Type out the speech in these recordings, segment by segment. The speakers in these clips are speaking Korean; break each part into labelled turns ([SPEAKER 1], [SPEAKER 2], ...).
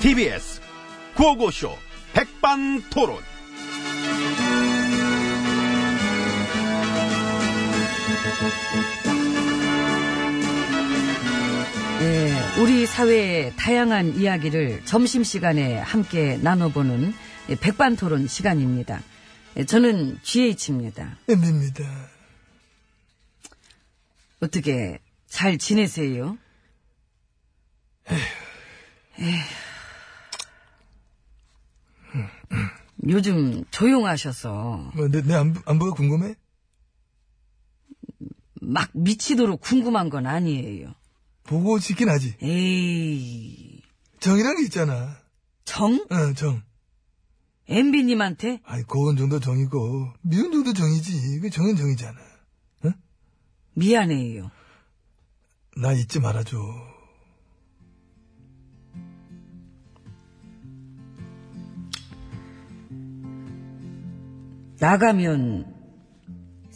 [SPEAKER 1] TBS 구호고쇼 백반토론
[SPEAKER 2] 예, 우리 사회의 다양한 이야기를 점심시간에 함께 나눠보는 백반토론 시간입니다. 예, 저는 GH입니다.
[SPEAKER 3] 엠비입니다.
[SPEAKER 2] 어떻게 잘 지내세요? 에휴. 요즘 조용하셔서
[SPEAKER 3] 뭐, 내, 내 안부, 안부가 궁금해?
[SPEAKER 2] 막 미치도록 궁금한 건 아니에요.
[SPEAKER 3] 보고 싶긴 하지.
[SPEAKER 2] 에이,
[SPEAKER 3] 정이라는 게 있잖아.
[SPEAKER 2] 정?
[SPEAKER 3] 어, 정.
[SPEAKER 2] MB님한테?
[SPEAKER 3] 아이, 고운 정도 정이고, 미운 정도 정이지. 그 정은 정이잖아.
[SPEAKER 2] 미안해요.
[SPEAKER 3] 나 잊지 말아줘.
[SPEAKER 2] 나가면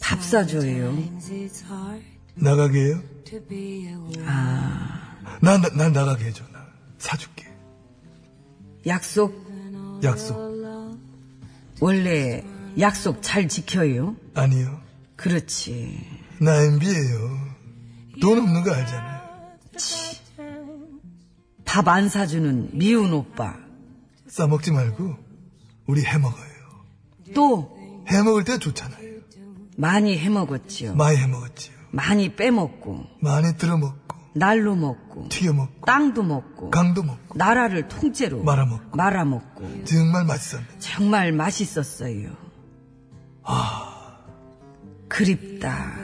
[SPEAKER 2] 밥 사줘요.
[SPEAKER 3] 나가게 해요?
[SPEAKER 2] 아.
[SPEAKER 3] 나, 나, 난 나가게 해줘. 나. 사줄게.
[SPEAKER 2] 약속
[SPEAKER 3] 약속.
[SPEAKER 2] 원래 약속 잘 지켜요.
[SPEAKER 3] 아니요.
[SPEAKER 2] 그렇지.
[SPEAKER 3] 나 엠비예요. 돈 없는 거 알잖아.
[SPEAKER 2] 밥 안 사주는 미운 오빠.
[SPEAKER 3] 싸먹지 말고, 우리 해먹어요.
[SPEAKER 2] 또
[SPEAKER 3] 해먹을 때 좋잖아요.
[SPEAKER 2] 많이 해먹었지요.
[SPEAKER 3] 많이 해먹었지요.
[SPEAKER 2] 많이 빼먹고
[SPEAKER 3] 많이 들어먹고,
[SPEAKER 2] 날로 먹고
[SPEAKER 3] 튀겨먹고,
[SPEAKER 2] 땅도 먹고
[SPEAKER 3] 강도 먹고.
[SPEAKER 2] 나라를 통째로
[SPEAKER 3] 말아먹고.
[SPEAKER 2] 말아먹고
[SPEAKER 3] 정말 맛있었네.
[SPEAKER 2] 정말 맛있었어요.
[SPEAKER 3] 아.
[SPEAKER 2] 그립다.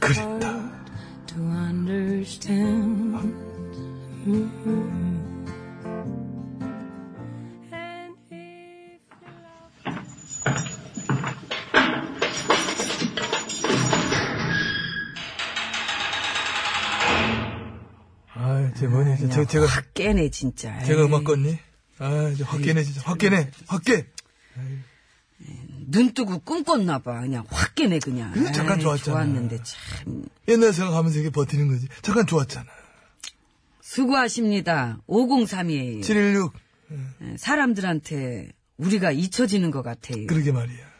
[SPEAKER 3] 그립다. 아, 제 뭐냐, 제, 제, 제가
[SPEAKER 2] 확 깨네 진짜.
[SPEAKER 3] 제가
[SPEAKER 2] 에이, 예.
[SPEAKER 3] 음악 껐니? 아, 이제 확 깨네 진짜, 확 깨네, 확 깨.
[SPEAKER 2] 눈 뜨고 꿈꿨나 봐. 그냥 확 깨네 그냥.
[SPEAKER 3] 그래서 잠깐
[SPEAKER 2] 에이,
[SPEAKER 3] 좋았잖아.
[SPEAKER 2] 좋았는데 참.
[SPEAKER 3] 옛날 생각하면서 이게 버티는 거지. 잠깐 좋았잖아.
[SPEAKER 2] 수고하십니다. 503이에요. 예,
[SPEAKER 3] 716
[SPEAKER 2] 사람들한테 우리가 잊혀지는 것 같아요.
[SPEAKER 3] 그러게 말이야.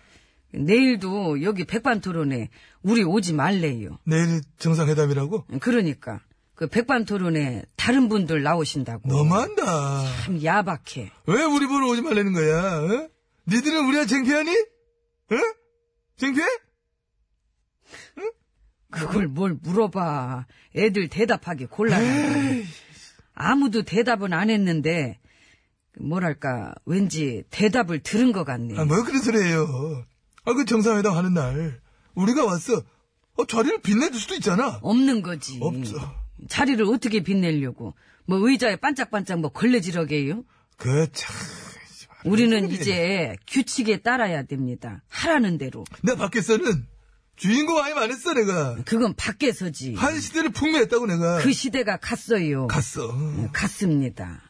[SPEAKER 2] 내일도 여기 백반 토론에 우리 오지 말래요.
[SPEAKER 3] 내일 정상회담이라고?
[SPEAKER 2] 그러니까 그 백반 토론에 다른 분들 나오신다고.
[SPEAKER 3] 너무한다.
[SPEAKER 2] 참 야박해.
[SPEAKER 3] 왜 우리 보러 오지 말라는 거야? 어? 니들은 우리가 창피하니? 어? 창피해?
[SPEAKER 2] 그걸 뭘 물어봐. 애들 대답하기 곤란해. 아무도 대답은 안 했는데 뭐랄까 왠지 대답을 들은 것 같네.
[SPEAKER 3] 아, 뭐 그런 소리예요. 아, 그 정상회담 하는 날 우리가 왔어. 어, 자리를 빛내줄 수도 있잖아.
[SPEAKER 2] 없는 거지.
[SPEAKER 3] 없어.
[SPEAKER 2] 자리를 어떻게 빛내려고? 뭐 의자에 반짝반짝 뭐 걸레지러게요?
[SPEAKER 3] 그 참.
[SPEAKER 2] 아, 우리는 이제 규칙에 따라야 됩니다. 하라는 대로.
[SPEAKER 3] 내 밖에서는 주인공 아임 안 했어 내가.
[SPEAKER 2] 그건 밖에서지.
[SPEAKER 3] 한 시대를 풍미했다고 내가.
[SPEAKER 2] 그 시대가 갔어요.
[SPEAKER 3] 갔어.
[SPEAKER 2] 갔습니다.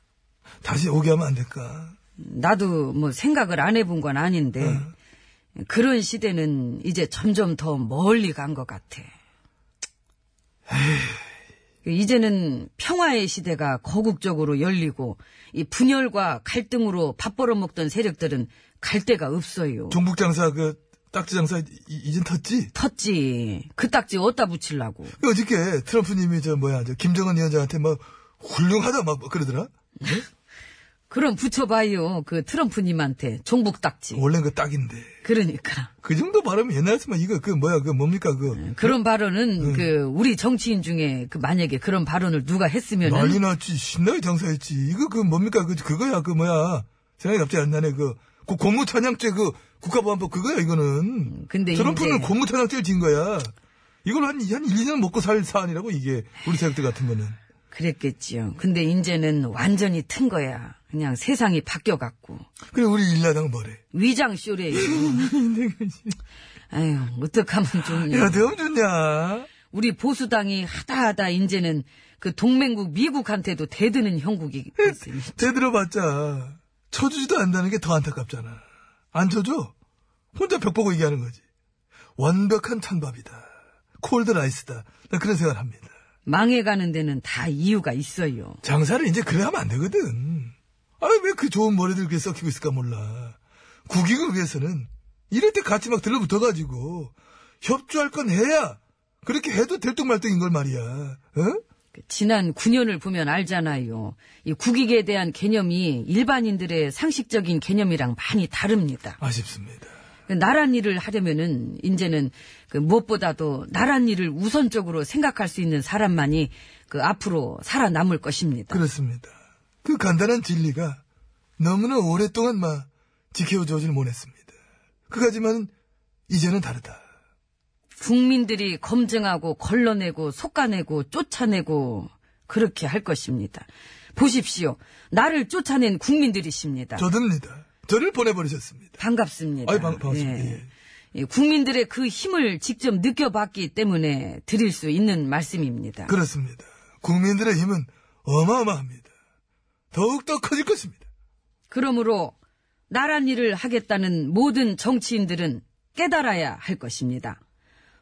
[SPEAKER 3] 다시 오게 하면 안 될까?
[SPEAKER 2] 나도 뭐 생각을 안 해본 건 아닌데 그런 시대는 이제 점점 더 멀리 간 것 같아. 이제는 평화의 시대가 거국적으로 열리고 이 분열과 갈등으로 밥 벌어먹던 세력들은 갈 데가 없어요.
[SPEAKER 3] 종북 장사 그 딱지 장사 이, 이젠 텄지?
[SPEAKER 2] 텄지. 그 딱지 어디다 붙이려고.
[SPEAKER 3] 어저께 트럼프님이 저 뭐야 저 김정은 위원장한테 막 훌륭하다 막 그러더라.
[SPEAKER 2] 그럼 붙여봐요. 그 트럼프님한테 종북 딱지.
[SPEAKER 3] 원래 그 딱인데
[SPEAKER 2] 그러니까.
[SPEAKER 3] 그 정도 발음이 옛날에만 이거 그 뭐야 그 뭡니까 그
[SPEAKER 2] 그런 발언은 그 우리 정치인 중에 그 만약에 그런 발언을 누가 했으면은
[SPEAKER 3] 난리 났지 신나게 장사했지 이거 그 뭡니까 그 그거야 그 뭐야 생각이 갑자기 안 나네 그 그 공무 찬양죄 그 국가보안법 그거야 이거는.
[SPEAKER 2] 근데
[SPEAKER 3] 트럼프는
[SPEAKER 2] 네, 이제-
[SPEAKER 3] 공무 찬양죄를 진 거야. 이걸 한, 한 1, 2년 먹고 살 사안이라고 이게 우리 세력들 같은 거는.
[SPEAKER 2] 그랬겠지요. 근데 이제는 완전히 튼 거야. 그냥 세상이 바뀌어갖고.
[SPEAKER 3] 그래 우리 일야당 뭐래?
[SPEAKER 2] 위장 쇼래요. 아유, 어떡하면 좋냐.
[SPEAKER 3] 야 대음 좋냐?
[SPEAKER 2] 우리 보수당이 하다하다 이제는 그 동맹국 미국한테도 대드는 형국이 됐으니.
[SPEAKER 3] 대들어봤자 쳐주지도 않는다는 게 더 안타깝잖아. 안 쳐줘? 혼자 벽 보고 얘기하는 거지. 완벽한 찬밥이다. 콜드 라이스다. 난 그런 생각을 합니다.
[SPEAKER 2] 망해가는 데는 다 이유가 있어요.
[SPEAKER 3] 장사를 이제 그래 하면 안 되거든. 아니, 왜 그 좋은 머리들 그렇게 썩히고 있을까 몰라. 국익을 위해서는 이럴 때 같이 막 들러붙어가지고 협조할 건 해야 그렇게 해도 될뚝말뚝인 걸 말이야. 응?
[SPEAKER 2] 그 지난 9년을 보면 알잖아요. 이 국익에 대한 개념이 일반인들의 상식적인 개념이랑 많이 다릅니다.
[SPEAKER 3] 아쉽습니다.
[SPEAKER 2] 그 나란 일을 하려면은 이제는 그 무엇보다도 나란 일을 우선적으로 생각할 수 있는 사람만이 그 앞으로 살아남을 것입니다.
[SPEAKER 3] 그렇습니다. 그 간단한 진리가 너무나 오랫동안 막 지켜줘질 못했습니다. 그가지만 이제는 다르다.
[SPEAKER 2] 국민들이 검증하고 걸러내고 속아내고 쫓아내고 그렇게 할 것입니다. 보십시오. 나를 쫓아낸 국민들이십니다.
[SPEAKER 3] 저듭니다. 저를 보내버리셨습니다.
[SPEAKER 2] 반갑습니다.
[SPEAKER 3] 아이, 반- 반갑습니다.
[SPEAKER 2] 예.
[SPEAKER 3] 예.
[SPEAKER 2] 예, 국민들의 그 힘을 직접 느껴봤기 때문에 드릴 수 있는 말씀입니다.
[SPEAKER 3] 그렇습니다. 국민들의 힘은 어마어마합니다. 더욱더 커질 것입니다.
[SPEAKER 2] 그러므로 나란 일을 하겠다는 모든 정치인들은 깨달아야 할 것입니다.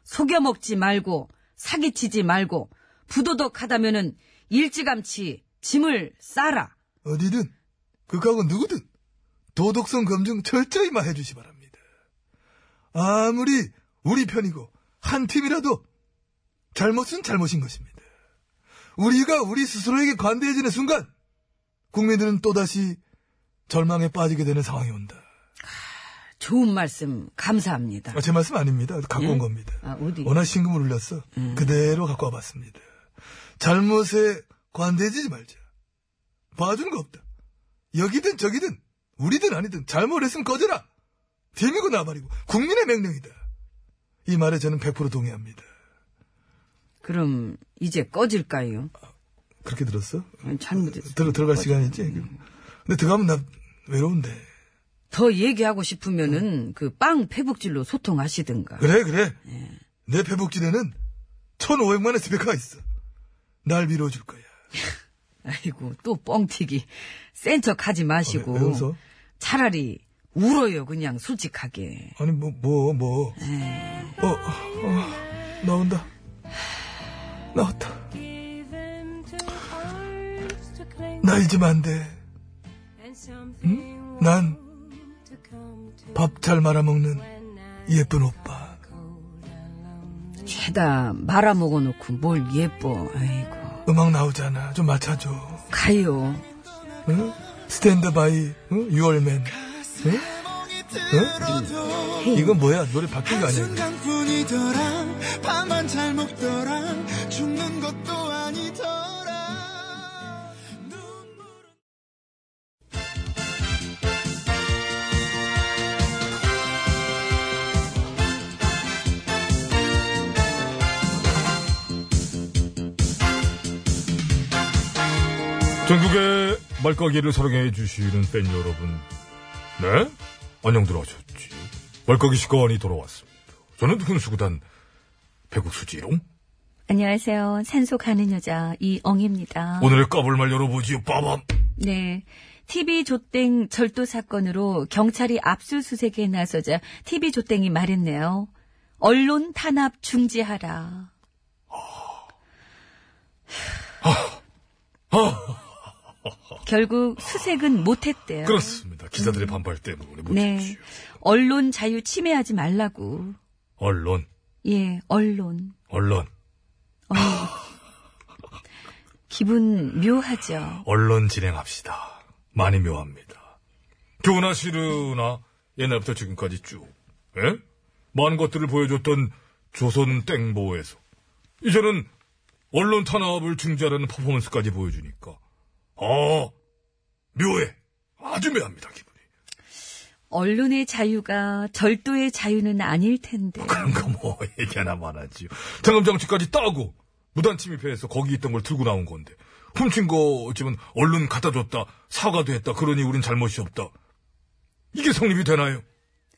[SPEAKER 2] 속여먹지 말고 사기치지 말고 부도덕하다면은 일찌감치 짐을 싸라.
[SPEAKER 3] 어디든 극하고 누구든 도덕성 검증 철저히 만 해주시 바랍니다. 아무리 우리 편이고 한 팀이라도 잘못은 잘못인 것입니다. 우리가 우리 스스로에게 관대해지는 순간 국민들은 또다시 절망에 빠지게 되는 상황이 온다.
[SPEAKER 2] 좋은 말씀 감사합니다.
[SPEAKER 3] 아, 제 말씀 아닙니다. 갖고 온 겁니다.
[SPEAKER 2] 아, 어디?
[SPEAKER 3] 워낙 신금을 울렸어.
[SPEAKER 2] 음.
[SPEAKER 3] 그대로 갖고 와봤습니다. 잘못에 관대해지지 말자. 봐주는 거 없다. 여기든 저기든 우리든 아니든 잘못했으면 꺼져라. 디미고 나발이고 국민의 명령이다. 이 말에 저는 100% 동의합니다.
[SPEAKER 2] 그럼 이제 꺼질까요?
[SPEAKER 3] 그렇게 들었어?
[SPEAKER 2] 잘못했어.
[SPEAKER 3] 들어, 들어갈 시간이지?
[SPEAKER 2] 음.
[SPEAKER 3] 근데 들어가면 나 외로운데.
[SPEAKER 2] 더 얘기하고 싶으면은 그 빵 페북질로 소통하시든가.
[SPEAKER 3] 그래 그래.
[SPEAKER 2] 예.
[SPEAKER 3] 내 페북지대는 1500만의 스피커가 있어. 날 밀어줄 거야.
[SPEAKER 2] 아이고 또 뻥튀기 센 척하지 마시고
[SPEAKER 3] 어, 왜- 왜 웃어?
[SPEAKER 2] 차라리 울어요 그냥 솔직하게
[SPEAKER 3] 아니 뭐 뭐 뭐 어, 어, 나온다 나왔다 나 잊으면 안돼난 밥 잘 말아먹는 예쁜 오빠
[SPEAKER 2] 죄다 말아먹어 놓고 뭘 예뻐 아이고
[SPEAKER 3] 음악 나오잖아 좀 맞춰줘
[SPEAKER 2] 가요
[SPEAKER 3] 응? 스탠드바이 응? 유얼맨 응? 응? 이건 뭐야 노래 바뀐 거 아니야 이거.
[SPEAKER 4] 순간뿐이더라 밥만 잘 먹더라 죽는 것도 아니더라 눈물은
[SPEAKER 5] 전국의 말까기를 사랑해 주시는 팬 여러분. 네? 안녕들 하셨지. 말까기 시간이 돌아왔습니다. 저는 훈수구단 배국수지롱.
[SPEAKER 6] 안녕하세요. 산소 가는 여자 이엉입니다.
[SPEAKER 5] 오늘의 까불말 열어보지요. 빠밤.
[SPEAKER 6] 아. 네. TV 조땡 절도 사건으로 경찰이 압수수색에 나서자 TV 조땡이 말했네요. 언론 탄압 중지하라. 결국 수색은 못했대요.
[SPEAKER 5] 그렇습니다. 기자들의 반발 때문에
[SPEAKER 6] 네.
[SPEAKER 5] 못했지요.
[SPEAKER 6] 언론 자유 침해하지 말라고.
[SPEAKER 5] 언론,
[SPEAKER 6] 예, 언론.
[SPEAKER 5] 언론,
[SPEAKER 6] 언론. 기분 묘하죠.
[SPEAKER 5] 언론 진행합시다. 많이 묘합니다. 교나 시르나 옛날부터 지금까지 쭉, 예? 많은 것들을 보여줬던 조선 땡보에서 이제는 언론 탄압을 중지하라는 퍼포먼스까지 보여주니까 아 묘해 아주 묘합니다 기분이
[SPEAKER 2] 언론의 자유가 절도의 자유는 아닐 텐데.
[SPEAKER 3] 그런 거 뭐 얘기하나 말하지요. 잠금 장치까지 따고 무단 침입해서 거기 있던 걸 들고 나온 건데 훔친 거 어쩌면 얼른 갖다 줬다 사과도 했다 그러니 우린 잘못이 없다. 이게 성립이 되나요?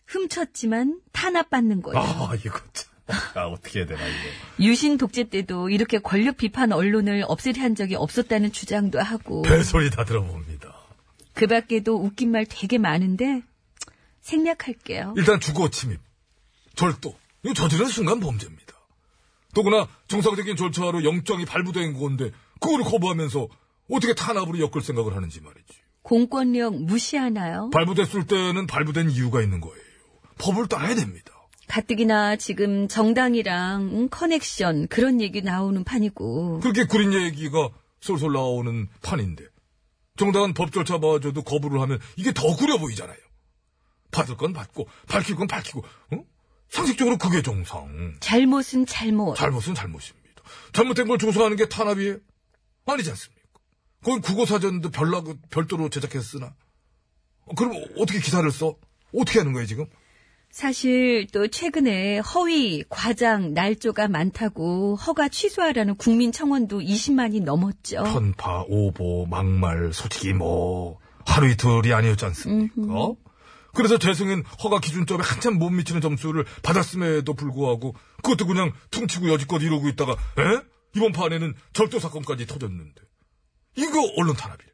[SPEAKER 2] 훔쳤지만 탄압받는 어, 거예요.
[SPEAKER 3] 아 이거 참. 아 어떻게 해야 되나 이거.
[SPEAKER 2] 유신 독재 때도 이렇게 권력 비판 언론을 없애려 한 적이 없었다는 주장도 하고
[SPEAKER 3] 배소리 다 들어봅니다.
[SPEAKER 2] 그 밖에도 웃긴 말 되게 많은데 생략할게요.
[SPEAKER 3] 일단 주거 침입, 절도 이거 저지른 순간 범죄입니다. 더구나 정상적인 절차로 영장이 발부된 건데 그거를 거부하면서 어떻게 탄압으로 엮을 생각을 하는지 말이지.
[SPEAKER 2] 공권력 무시하나요?
[SPEAKER 3] 발부됐을 때는 발부된 이유가 있는 거예요. 법을 따라야 됩니다.
[SPEAKER 2] 가뜩이나 지금 정당이랑 음, 커넥션 그런 얘기 나오는 판이고
[SPEAKER 3] 그렇게 구린 얘기가 솔솔 나오는 판인데 정당한 법 절차 봐줘도 거부를 하면 이게 더 구려 보이잖아요. 받을 건 받고 밝힐 건 밝히고 응? 상식적으로 그게 정상.
[SPEAKER 2] 잘못은 잘못.
[SPEAKER 3] 잘못은 잘못입니다. 잘못된 걸 조사하는 게 탄압이에요? 아니지 않습니까? 그건 국어사전도 별나, 별도로 제작했으나. 어, 그럼 어떻게 기사를 써? 어떻게 하는 거예요, 지금?
[SPEAKER 2] 사실 또 최근에 허위, 과장, 날조가 많다고 허가 취소하라는 국민 청원도 20만이 넘었죠.
[SPEAKER 3] 편파, 오보, 막말, 솔직히 뭐, 하루 이틀이 아니었지 않습니까? 그래서 재승인 허가 기준점에 한참 못 미치는 점수를 받았음에도 불구하고, 그것도 그냥 퉁치고 여지껏 이러고 있다가, 에? 이번 판에는 절도 사건까지 터졌는데. 이거 언론 탄압이래.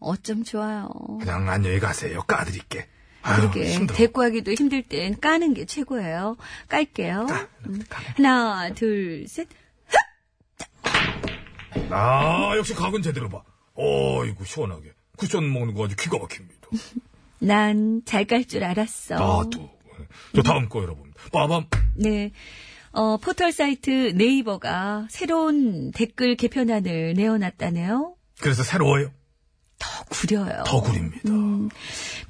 [SPEAKER 2] 어쩜 좋아요.
[SPEAKER 3] 그냥 안녕히 가세요. 까드릴게. 아유,
[SPEAKER 2] 그러게
[SPEAKER 3] 힘들어.
[SPEAKER 2] 대꾸하기도 힘들 땐 까는 게 최고예요. 깔게요. 음. 하나, 둘, 셋.
[SPEAKER 3] 아, 역시 각은 제대로 봐. 어이구, 시원하게. 쿠션 먹는 거 아주 기가 막힙니다.
[SPEAKER 2] 난 잘 깔 줄 알았어.
[SPEAKER 3] 아, 또. 저 다음 거 열어봅니다. 빠밤.
[SPEAKER 2] 네. 어, 포털 사이트 네이버가 새로운 댓글 개편안을 내어놨다네요.
[SPEAKER 3] 그래서 새로워요.
[SPEAKER 2] 더 구려요.
[SPEAKER 3] 더 구립니다.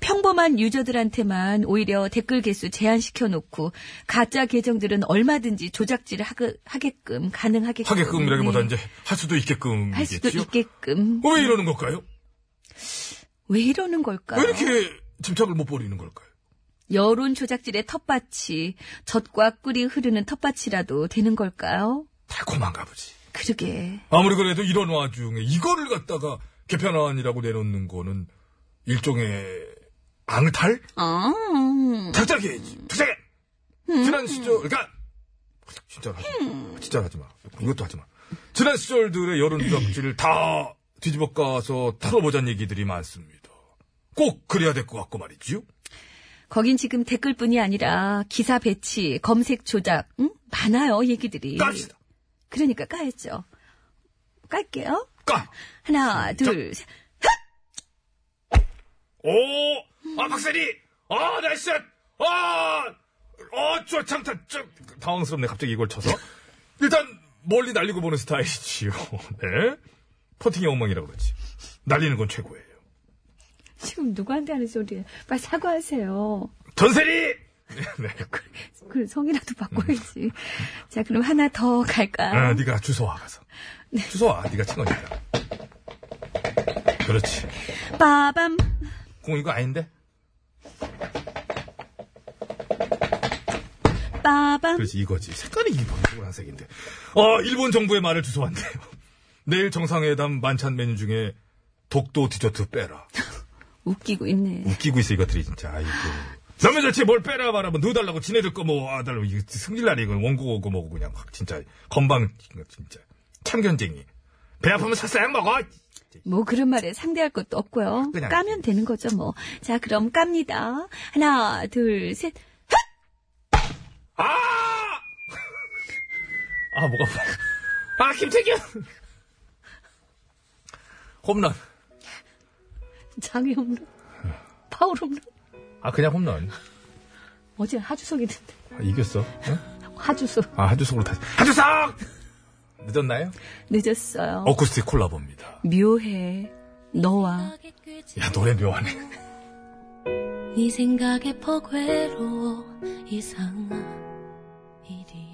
[SPEAKER 2] 평범한 유저들한테만 오히려 댓글 개수 제한시켜놓고 가짜 계정들은 얼마든지 조작질을 하게끔 가능하게끔
[SPEAKER 3] 하게끔이라기보다
[SPEAKER 2] 네,
[SPEAKER 3] 이제 어? 할 수도 있게끔.
[SPEAKER 2] 할 수도 있게끔
[SPEAKER 3] 왜 이러는 걸까요?
[SPEAKER 2] 왜 이러는 걸까요?
[SPEAKER 3] 왜 이렇게 침착을 못 버리는 걸까요?
[SPEAKER 2] 여론 조작질의 텃밭이 젖과 꿀이 흐르는 텃밭이라도 되는 걸까요?
[SPEAKER 3] 달콤한가 보지.
[SPEAKER 2] 그러게
[SPEAKER 3] 아무리 그래도 이런 와중에 이거를 갖다가 개편안이라고 내놓는 거는 일종의 앙탈?
[SPEAKER 2] 아,
[SPEAKER 3] 작작이 해야지. 작작이!
[SPEAKER 2] 음.
[SPEAKER 3] 지난 시절, 그러니까! 진짜 하지 마. 진짜 하지 마. 이것도 하지 마. 지난 시절들의 여론 조작질을 다 뒤집어 까서 털어보자는 얘기들이 많습니다. 꼭 그래야 될 것 같고 말이지요.
[SPEAKER 2] 거긴 지금 댓글뿐이 아니라 기사 배치, 검색 조작 응? 많아요 얘기들이
[SPEAKER 3] 깝시다.
[SPEAKER 2] 그러니까 까야죠 깔게요
[SPEAKER 3] 까!
[SPEAKER 2] 하나 둘 셋.
[SPEAKER 3] 오! 아, 박사님! 아, 날씨! 아! 어, 저, 참, 참, 참. 당황스럽네, 갑자기 이걸 쳐서. 일단, 멀리 날리고 보는 스타일이지요. 네. 퍼팅의 엉망이라 그러지. 날리는 건 최고예요.
[SPEAKER 2] 지금 누구한테 하는 소리예요 빨리 사과하세요
[SPEAKER 3] 전세리! 네.
[SPEAKER 2] 그 성이라도 바꿔야지 자 그럼 하나 더 갈까요
[SPEAKER 3] 아, 네가 주소와 가서. 주소와, 네가 친 거니까. 그렇지.
[SPEAKER 2] 빠밤
[SPEAKER 3] 공 이거 아닌데?
[SPEAKER 2] 빠밤
[SPEAKER 3] 그렇지, 이거지. 색깔이 일본 노란색인데. 어, 일본 정부의 말을 주소한대요. 내일 정상회담 만찬 메뉴 중에 독도 디저트 빼라.
[SPEAKER 2] 웃기고 있네
[SPEAKER 3] 웃기고 있어 이것들이 진짜 아이고 남의 자체 뭘 빼라 말하면 넣어달라고 지네들 거 뭐 아달라고 이거 승질나네 이거 원고고 뭐고 그냥 확 진짜 건방 진짜 참견쟁이 배 아프면 살살 먹어
[SPEAKER 2] 뭐 그런 말에 상대할 것도 없고요.
[SPEAKER 3] 그냥.
[SPEAKER 2] 까면 되는 거죠, 뭐. 자, 그럼 깝니다. 하나, 둘, 셋.
[SPEAKER 3] 아! 아, 뭐가 아파. 아, 김태균! 홈런.
[SPEAKER 2] 장애 홈런. 파울 홈런.
[SPEAKER 3] 아, 그냥 홈런.
[SPEAKER 2] 어제 하주석이던데.
[SPEAKER 3] 아, 이겼어. 응?
[SPEAKER 2] 하주석.
[SPEAKER 3] 아, 한주석으로 다시. 한주석! 늦었나요?
[SPEAKER 2] 늦었어요.
[SPEAKER 3] 어쿠스틱 콜라보입니다.
[SPEAKER 2] 묘해. 너와.
[SPEAKER 3] 야, 노래 묘하네.
[SPEAKER 7] 네 생각에 퍽 외로워 이상한 일이